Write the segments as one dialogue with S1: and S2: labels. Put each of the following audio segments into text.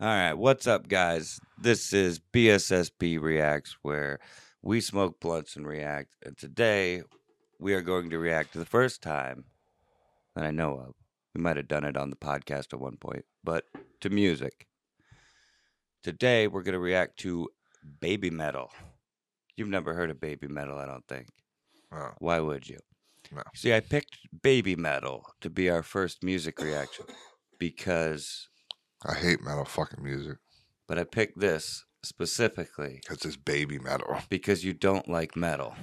S1: All right, what's up, guys? This is BSSB Reacts, where we smoke blunts and react. And today, we are going to react to the first time that I know of. We might have done it on the podcast at one point, but to music. Today, we're going to react to Baby Metal. You've never heard of Baby Metal, I don't think.
S2: Oh,
S1: Why would you?
S2: No.
S1: See, I picked Baby Metal to be our first music reaction because,
S2: I hate metal fucking music.
S1: but I picked this specifically
S2: It's just baby metal.
S1: because you don't like metal.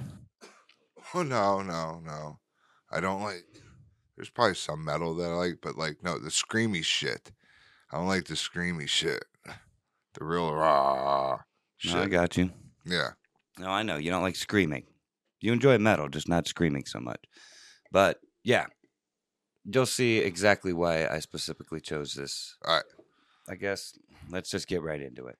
S2: Oh no, no, no. I don't like. There's probably some metal that I like, but like no, the screamy shit. I don't like the screamy shit. The real raw shit.
S1: No, I got you.
S2: yeah,
S1: No, I know. You don't like screaming. You enjoy metal, just not screaming so much. But yeah, you'll see exactly why I specifically chose this.
S2: All right.
S1: I guess let's just get right into it.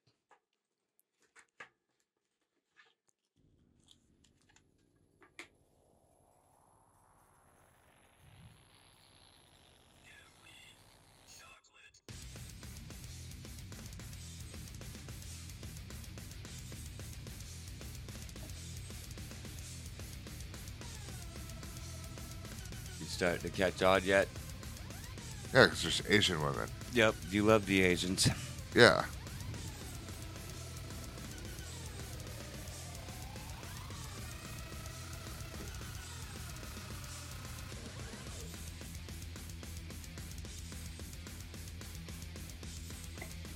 S1: You starting to catch on yet?
S2: yeah. Because there's Asian women.
S1: Yep. You love the Asians.
S2: Yeah.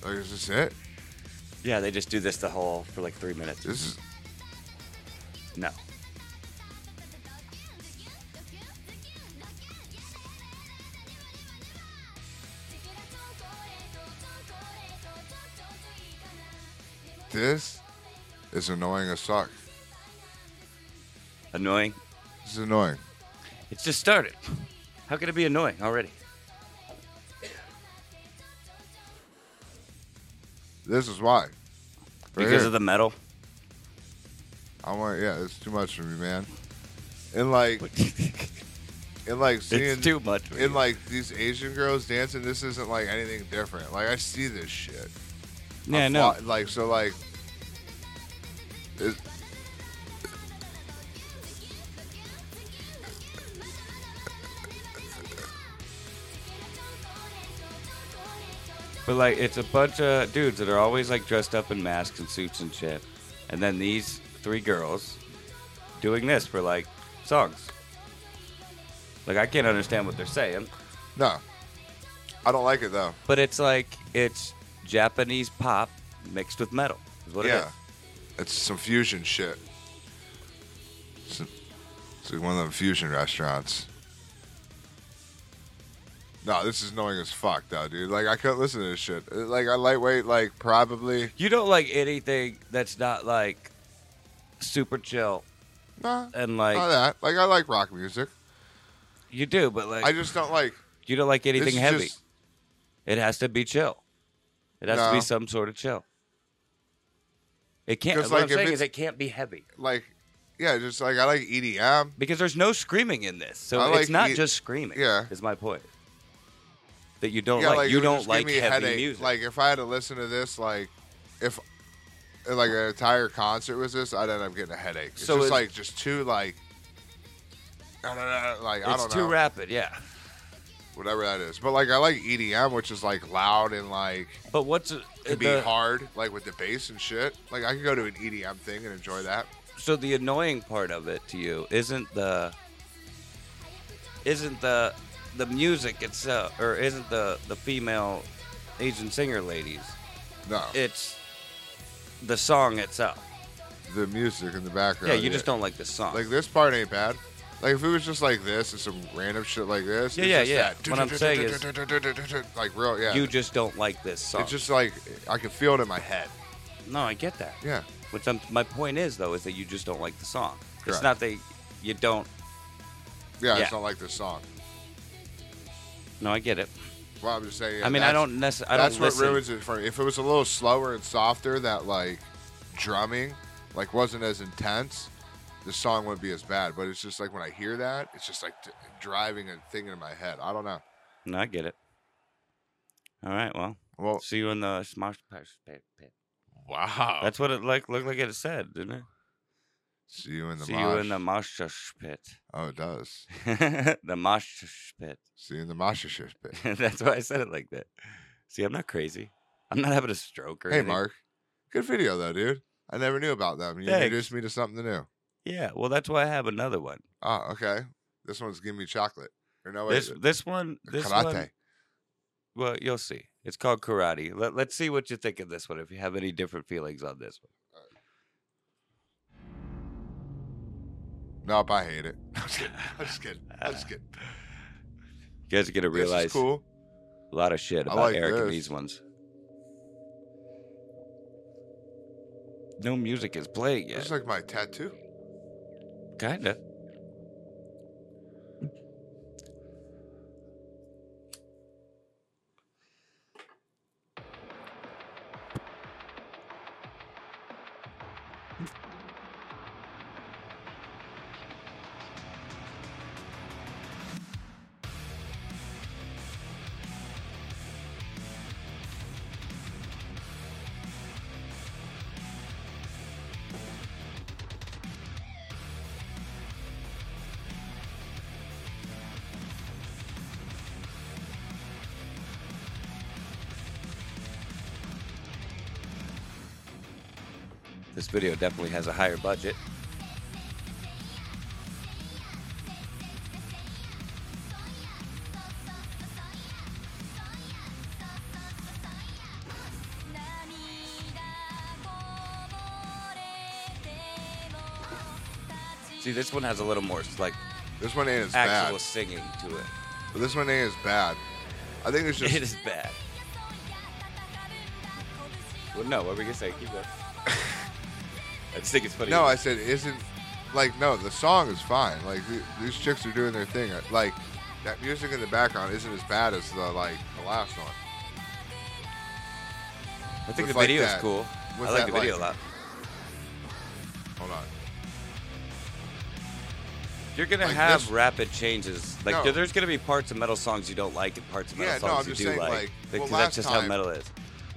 S2: Like, is this it?
S1: Yeah, they just do this the whole for like three minutes.
S2: This is
S1: No.
S2: this is annoying as fuck.
S1: Annoying.
S2: This is annoying.
S1: It's just started. How can it be annoying already?
S2: This is why. Right
S1: because
S2: here.
S1: of the metal.
S2: I want. Yeah, it's too much for me, man. And like, and like seeing
S1: it's too much. for
S2: and
S1: you.
S2: like these Asian girls dancing, this isn't like anything different. Like I see this shit.
S1: yeah,
S2: I'm
S1: no.
S2: fly- Like so, like it-
S1: But like, it's a bunch of dudes that are always like dressed up in masks and suits and shit, and then these three girls doing this for like songs. Like, I can't understand what they're saying,
S2: no, I don't like it though.
S1: but it's like it's Japanese pop mixed with metal. Is what it
S2: yeah,
S1: is.
S2: it's some fusion shit. It's, it's like one of them fusion restaurants. No, this is annoying as fuck though, dude. Like I couldn't listen to this shit. Uh, Like I lightweight, like probably
S1: You don't like anything that's not like super chill
S2: nah,
S1: and like
S2: not that. Like I like rock music.
S1: you do, but like
S2: I just don't like
S1: you don't like
S2: this
S1: anything
S2: is
S1: heavy.
S2: just-
S1: It has to be chill. It has to be
S2: No.
S1: some sort of chill. It can't. What
S2: 'Cause,
S1: I'm
S2: like, if
S1: saying is,
S2: it's-
S1: it can't be heavy
S2: like yeah, just like I like E EDM.
S1: because there's no screaming in this, so
S2: I
S1: it's
S2: like
S1: not
S2: e-
S1: just screaming.
S2: yeah.
S1: is my point. That you don't
S2: Yeah,
S1: like.
S2: like
S1: you
S2: it would
S1: don't
S2: just
S1: like
S2: give me a
S1: heavy
S2: headache.
S1: music.
S2: Like if I had to listen to this, like if like an entire concert was this, I'd end up getting a headache. It's
S1: So
S2: just
S1: it-
S2: like just too like I don't know, like I
S1: it's
S2: don't
S1: too
S2: know,
S1: rapid. Yeah.
S2: whatever that is. But like I like EDM, which is like loud and like
S1: But what's it
S2: can be hard, like with the bass and shit. Like I could go to an EDM thing and enjoy that.
S1: so the annoying part of it to you isn't the isn't the the music itself or isn't the the female Asian singer ladies.
S2: No,
S1: It's the song itself.
S2: the music in the background.
S1: Yeah, you just don't like the song.
S2: like this part ain't bad. Like if it was just like this and some random shit like this.
S1: Yeah,
S2: it's
S1: yeah,
S2: just
S1: yeah.
S2: that
S1: What I'm saying is-
S2: like real, yeah.
S1: you just don't like this song.
S2: It's just like I can feel it in my head.
S1: no, I get that.
S2: Yeah.
S1: Which I'm, my point is though is that you just don't like the song. It's
S2: Correct.
S1: not that you don't.
S2: Yeah, I
S1: Yeah.
S2: just don't like this song.
S1: No, I get it.
S2: Well, I'm just saying. yeah,
S1: I mean, I
S2: that's-
S1: don't necessarily. I don't
S2: That's what
S1: listen.
S2: ruins it for me. If it was a little slower and softer, that like drumming, like wasn't as intense, the song wouldn't be as bad. But it's just like when I hear that, it's just like t- driving and thing in my head. I don't know.
S1: No, I get it. All right, well,
S2: Well,
S1: See you in the smosh Posh pit. pit.
S2: Oh.
S3: Wow.
S1: That's what it like looked like it said, didn't it?
S2: see you in the
S1: See you
S2: mosh.
S1: in the mosh pit.
S2: oh, it does.
S1: the mosh pit.
S2: See you in the Masha shift pit.
S1: That's why I said it like that. See, I'm not crazy. I'm not having a stroke or
S2: Hey,
S1: anything.
S2: Mark. Good video though, dude. I never knew about them. You
S1: Thanks.
S2: introduced me to something new.
S1: Yeah, well, that's why I have another one.
S2: Oh, okay. This one's give me chocolate. Or no, wait, uh,
S1: this this one this
S2: karate.
S1: one. Well, you'll see. It's called karate. Let, let's see what you think of this one. If you have any different feelings on this one,
S2: Nope, I hate it. I'm just kidding. I'm just kidding. I'm just kidding.
S1: you guys are gonna
S2: This
S1: realize
S2: is cool.
S1: a lot of shit
S2: I
S1: about
S2: like
S1: Eric and
S2: this.
S1: these ones. No music is playing yet.
S2: It's like my tattoo.
S1: Kinda. This video definitely has a higher budget. See, this one has a little more like
S2: This one ain't as
S1: actual
S2: bad.
S1: singing to it.
S2: But this one ain't as bad. I think it's just
S1: It is bad. Well, no, what were we gonna say? Keep going. I just think it's funny.
S2: No, I said isn't like no. The song is fine. Like th- these chicks are doing their thing. Like that music in the background isn't as bad as the like the last one.
S1: I think the
S2: with like
S1: video is
S2: that-
S1: cool.
S2: with
S1: I like
S2: that
S1: the video
S2: light.
S1: a lot.
S2: Hold on.
S1: You're gonna
S2: Like
S1: have
S2: this-
S1: rapid changes. Like
S2: No.
S1: there- there's gonna be parts of metal songs you don't like and parts of metal
S2: Yeah, no, I'm
S1: songs
S2: just
S1: you do
S2: saying,
S1: like.
S2: like, well,
S1: because
S2: last
S1: that's just how
S2: time-
S1: metal is.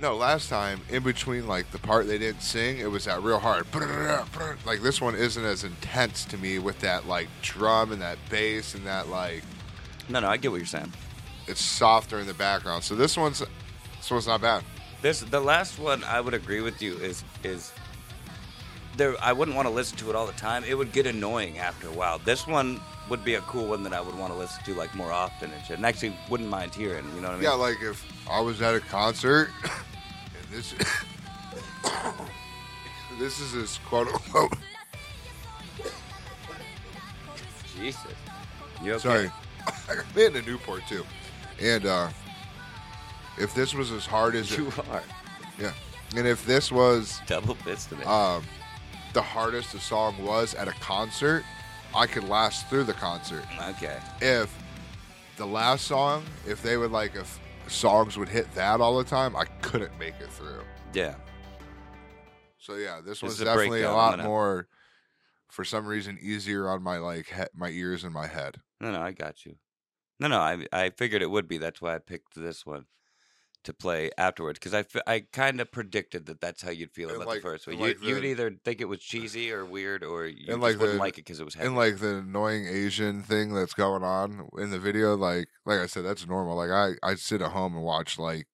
S2: No, last time in between like the part they didn't sing, it was that real hard. Like this one isn't as intense to me with that like drum and that bass and that like
S1: No, no, I get what you're saying.
S2: it's softer in the background. So this one's this one's not bad.
S1: This the last one I would agree with you is is there I wouldn't want to listen to it all the time. It would get annoying after a while. This one would be a cool one that I would want to listen to like more often and shit. And actually wouldn't mind hearing, you know what I mean?
S2: Yeah, like if I was at a concert and this this is as quote unquote
S1: Jesus. You okay?
S2: Sorry. I've been to Newport too. And uh if this was as hard as it,
S1: You are.
S2: yeah. And if this was
S1: Double fisted it.
S2: um the hardest the song was at a concert, I could last through the concert.
S1: okay.
S2: If the last song, if they would like if songs would hit that all the time, I couldn't make it through.
S1: Yeah.
S2: So yeah, this one's
S1: is a
S2: definitely a
S1: breakdown.
S2: lot
S1: I'm gonna-
S2: more for some reason easier on my like he- my ears and my head.
S1: No, no, I got you. No, no, I I figured it would be. That's why I picked this one to play afterwards because I, fe- I kind of predicted that that's how you'd feel
S2: And
S1: about
S2: like-
S1: the first one.
S2: and
S1: You,
S2: like
S1: you'd
S2: the-
S1: either think it was cheesy or weird, or you just
S2: like
S1: wouldn't
S2: the-
S1: like it because it was heavy.
S2: and like the annoying Asian thing that's going on in the video, like like I said, that's normal. Like I I sit at home and watch like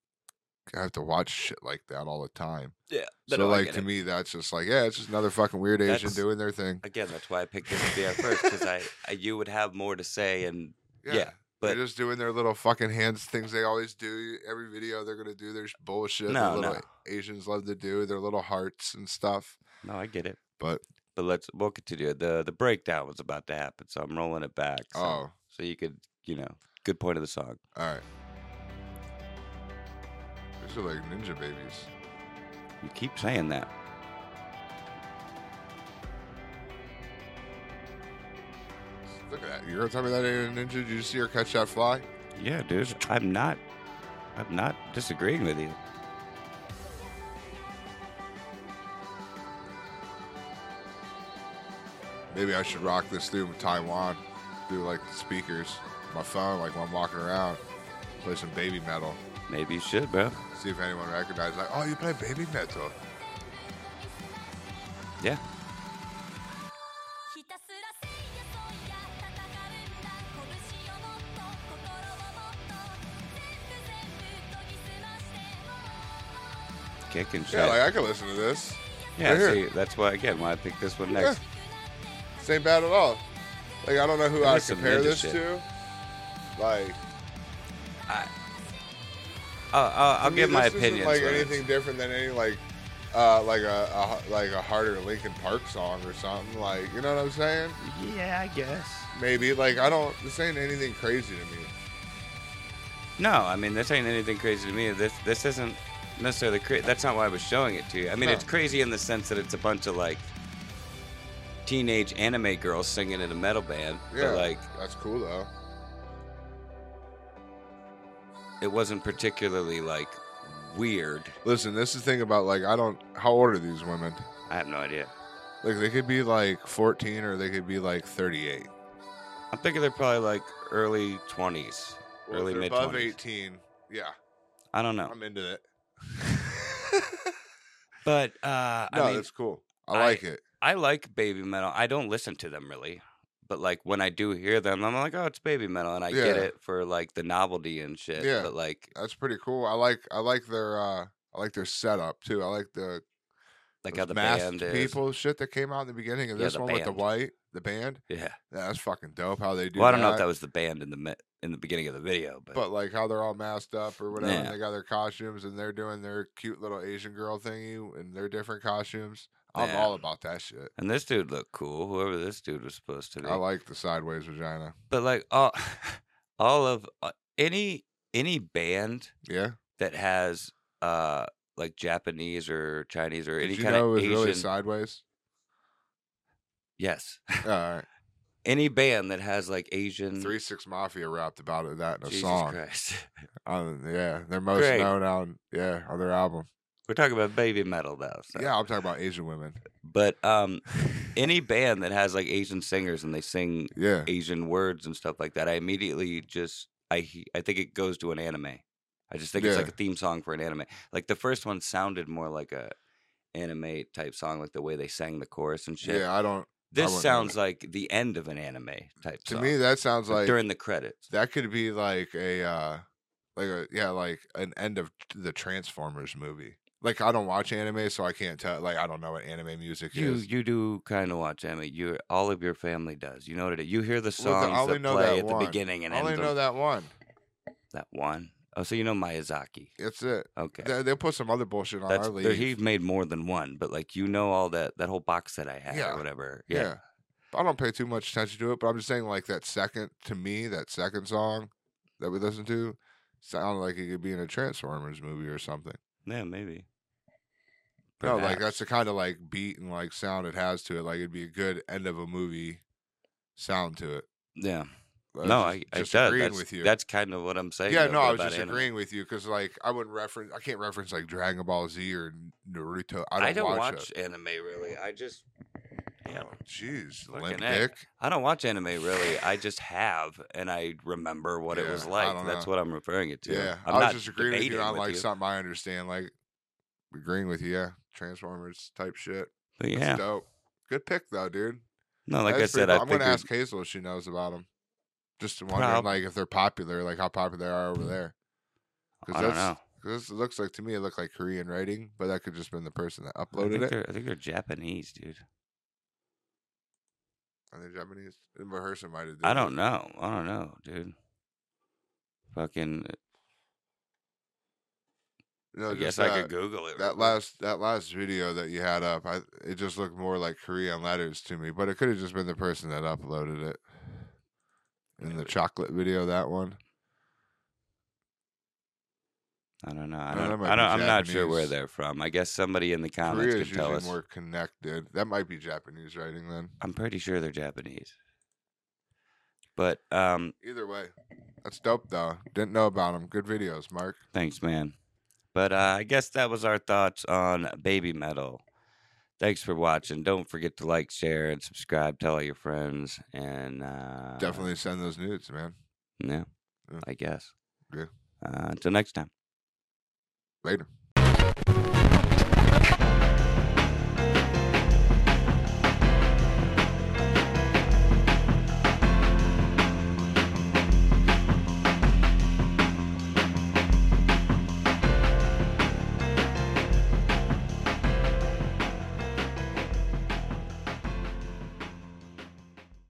S2: I have to watch shit like that all the time.
S1: yeah, no,
S2: So
S1: no, I
S2: like
S1: get
S2: to
S1: it.
S2: me, that's just like yeah, it's just another fucking weird Asian
S1: That's-
S2: doing their thing.
S1: again, that's why I picked this to be our first because I, I you would have more to say and yeah, but-
S2: they're just doing their little fucking hands things they always do. Every video they're gonna do their sh- bullshit.
S1: No,
S2: the little
S1: no.
S2: Asians love to do their little hearts and stuff.
S1: no, I get it.
S2: But
S1: But let's we'll continue. the The breakdown was about to happen, so I'm rolling it back. So,
S2: oh,
S1: so you could you know good point of the song.
S2: all right. These are like ninja babies.
S1: You keep saying that.
S2: Look at that. You're gonna tell me that ain't a ninja? Did you see her catch that fly?
S1: Yeah, dude. I'm not. I'm not disagreeing with you.
S2: Maybe I should rock this through Taiwan, through like the speakers, my phone, like when I'm walking around, play some baby metal.
S1: Maybe you should, bro.
S2: See if anyone recognizes, like, oh, you play baby metal.
S1: Yeah.
S3: ひたすらせいやそうや戦
S1: Kicking
S3: うんだ拳をもっと心をもっと全部全部研ぎ澄ましても
S1: shit.
S2: Yeah, like I could listen to this.
S1: Yeah,
S2: right here.
S1: see, that's why again why I picked this one next.
S2: This ain't bad at all. Like I don't know who
S1: There
S2: I
S1: is some
S2: compare
S1: ninja
S2: this
S1: shit.
S2: to. Like
S1: I'll, Uh, I'll, I'll
S2: to
S1: give
S2: me,
S1: my
S2: this isn't,
S1: opinion.
S2: Like anything different than any like, uh, like a, a like a harder Linkin Park song or something. Like you know what I'm saying?
S1: Yeah, I guess.
S2: Maybe like I don't. This ain't anything crazy to me.
S1: No, I mean this ain't anything crazy to me. This this isn't necessarily crazy. That's not why I was showing it to you. I mean
S2: No.
S1: it's crazy in the sense that it's a bunch of like teenage anime girls singing in a metal band.
S2: Yeah.
S1: But like
S2: That's cool though.
S1: it wasn't particularly like weird.
S2: Listen, this is the thing about like I don't. How old are these women?
S1: I have no idea.
S2: Like they could be like 14 or they could be like 38.
S1: I'm thinking they're probably like early 20s,
S2: Well, if
S1: early
S2: they're
S1: mid
S2: above
S1: 20s.
S2: 18. Yeah,
S1: I don't know.
S2: I'm into it.
S1: But uh,
S2: no,
S1: I mean,
S2: that's cool. I,
S1: I-
S2: like it.
S1: I like baby metal. I don't listen to them really, but like when I do hear them, I'm like, oh, it's baby metal, and I get
S2: Yeah.
S1: it for like the novelty and shit.
S2: Yeah.
S1: But like,
S2: That's pretty cool. I like I like their uh I like their setup too. I like the
S1: like
S2: those
S1: how the
S2: masked
S1: band is.
S2: people shit that came out in the beginning of
S1: Yeah,
S2: this
S1: the
S2: one with the
S1: band.
S2: white the band.
S1: Yeah.
S2: Yeah, that's fucking dope how they do.
S1: well, I don't know if
S2: that,
S1: that was the band in the mi- in the beginning of the video, but,
S2: but like how they're all masked up or whatever. and
S1: Yeah.
S2: they got their costumes and they're doing their cute little Asian girl thingy and their different costumes. I'm
S1: Yeah.
S2: all about that shit.
S1: and this dude looked cool. Whoever this dude was supposed to be.
S2: I like the sideways vagina.
S1: but like all all of uh, any any band
S2: Yeah.
S1: that has uh like Japanese or Chinese or any
S2: Did you
S1: kind
S2: know it
S1: of
S2: was
S1: Asian.
S2: really sideways?
S1: yes.
S2: All right.
S1: Any band that has like Asian
S2: Three Six Mafia rapped about that in a
S1: Mm. Jesus
S2: song.
S1: Christ.
S2: On, yeah, they're most
S1: Great.
S2: known on yeah on their album.
S1: We're talking about baby metal though. So.
S2: Yeah, I'm talking about Asian women.
S1: But um any band that has like Asian singers and they sing
S2: Yeah.
S1: Asian words and stuff like that, I immediately just I he- I think it goes to an anime. I just think it's like
S2: Yeah.
S1: a theme song for an anime. Like the first one sounded more like a anime type song, like the way they sang the chorus and shit.
S2: Yeah, I don't.
S1: this
S2: wouldn't know
S1: sounds like the end of an anime type
S2: To
S1: song.
S2: me, that sounds
S1: Like
S2: like
S1: during the credits.
S2: that could be like a, uh like a yeah, like an end of the Transformers movie. Like I don't watch anime, so I can't tell. Like I don't know what anime music
S1: You
S2: is.
S1: you do kind of watch anime. You all of your family does. You know what it is. You hear the
S2: Well, the- I
S1: songs
S2: only
S1: that
S2: know
S1: play
S2: that
S1: at the
S2: one.
S1: beginning and
S2: I only
S1: end.
S2: know
S1: Know that.
S2: that one.
S1: that one. Oh, so you know Miyazaki.
S2: That's it.
S1: Okay.
S2: They, they'll put some other bullshit on
S1: That's
S2: our
S1: there,
S2: league.
S1: he made more than one, but like you know all that that whole box that I had
S2: Yeah.
S1: or whatever.
S2: yeah.
S1: Yeah.
S2: I don't pay too much attention to it, but I'm just saying, like that second to me, that second song that we listened to sounded like it could be in a Transformers movie or something.
S1: Yeah, maybe.
S2: No, like uh,
S1: Perhaps.
S2: that's the kind of like beat and like sound it has to it. Like it'd be a good end of a movie sound to it.
S1: Yeah.
S2: I was
S1: no, I,
S2: just-
S1: I
S2: just
S1: does.
S2: agreeing
S1: That's,
S2: with you.
S1: that's kind of what I'm saying.
S2: yeah,
S1: though,
S2: no, I was
S1: about
S2: just
S1: anime.
S2: agreeing with you because like I wouldn't reference. I can't reference like Dragon Ball Z or Naruto. I don't,
S1: I don't
S2: watch,
S1: watch anime really. I just
S2: that.
S1: yeah,
S2: Oh, Jeez,
S1: Fucking
S2: limp
S1: A.
S2: dick.
S1: I don't watch anime really. I just have, and I remember what it
S2: Yeah,
S1: was
S2: I
S1: like.
S2: don't
S1: That's
S2: know.
S1: what I'm referring it to.
S2: Yeah,
S1: I'm
S2: I was
S1: not
S2: just agreeing with you
S1: debating
S2: on like
S1: you.
S2: something I understand. Like agreeing with you, yeah, Transformers type shit.
S1: But
S2: That's
S1: yeah,
S2: dope. Good pick though, dude.
S1: no, like I
S2: That's pretty
S1: said,
S2: cool.
S1: I
S2: I'm going to
S1: figured-
S2: ask Hazel if she knows about them. Just to wonder,
S1: Prob- Mm.
S2: like, if they're popular, like how popular they are over there.
S1: I don't
S2: that's-
S1: know.
S2: 'cause this looks like to me, it looked like Korean writing, but that could just been the person that
S1: I
S2: uploaded
S1: think,
S2: it.
S1: they're, I think they're Japanese, dude.
S2: Are they Japanese? And Rehearsal might have.
S1: I
S2: did it.
S1: don't know. I don't know, dude. Fucking,
S2: No,
S1: I
S2: just
S1: guess
S2: that,
S1: I could Google it. real
S2: That
S1: quick.
S2: last that last video that you had up, I it just looked more like Korean letters to me, but it could have just been the person that uploaded it. In the
S1: Maybe.
S2: chocolate video, that one.
S1: I don't know. I
S2: No, that
S1: don't.
S2: might
S1: I
S2: be
S1: don't I'm not sure where
S2: Japanese.
S1: they're from. I guess somebody in the comments
S2: Korea
S1: could
S2: is
S1: tell
S2: usually
S1: us.
S2: more connected. That might be Japanese writing then.
S1: I'm pretty sure they're Japanese. But um,
S2: Either way, that's dope though. Didn't know about them. Good videos, Mark.
S1: Thanks, man. But uh, I guess that was our thoughts on baby metal. Thanks for watching. Don't forget to like, share, and subscribe. Tell all your friends. And uh,
S2: Definitely send those nudes, man.
S1: yeah,
S2: Yeah.
S1: I guess.
S2: Yeah.
S1: Uh, until next time.
S2: Later.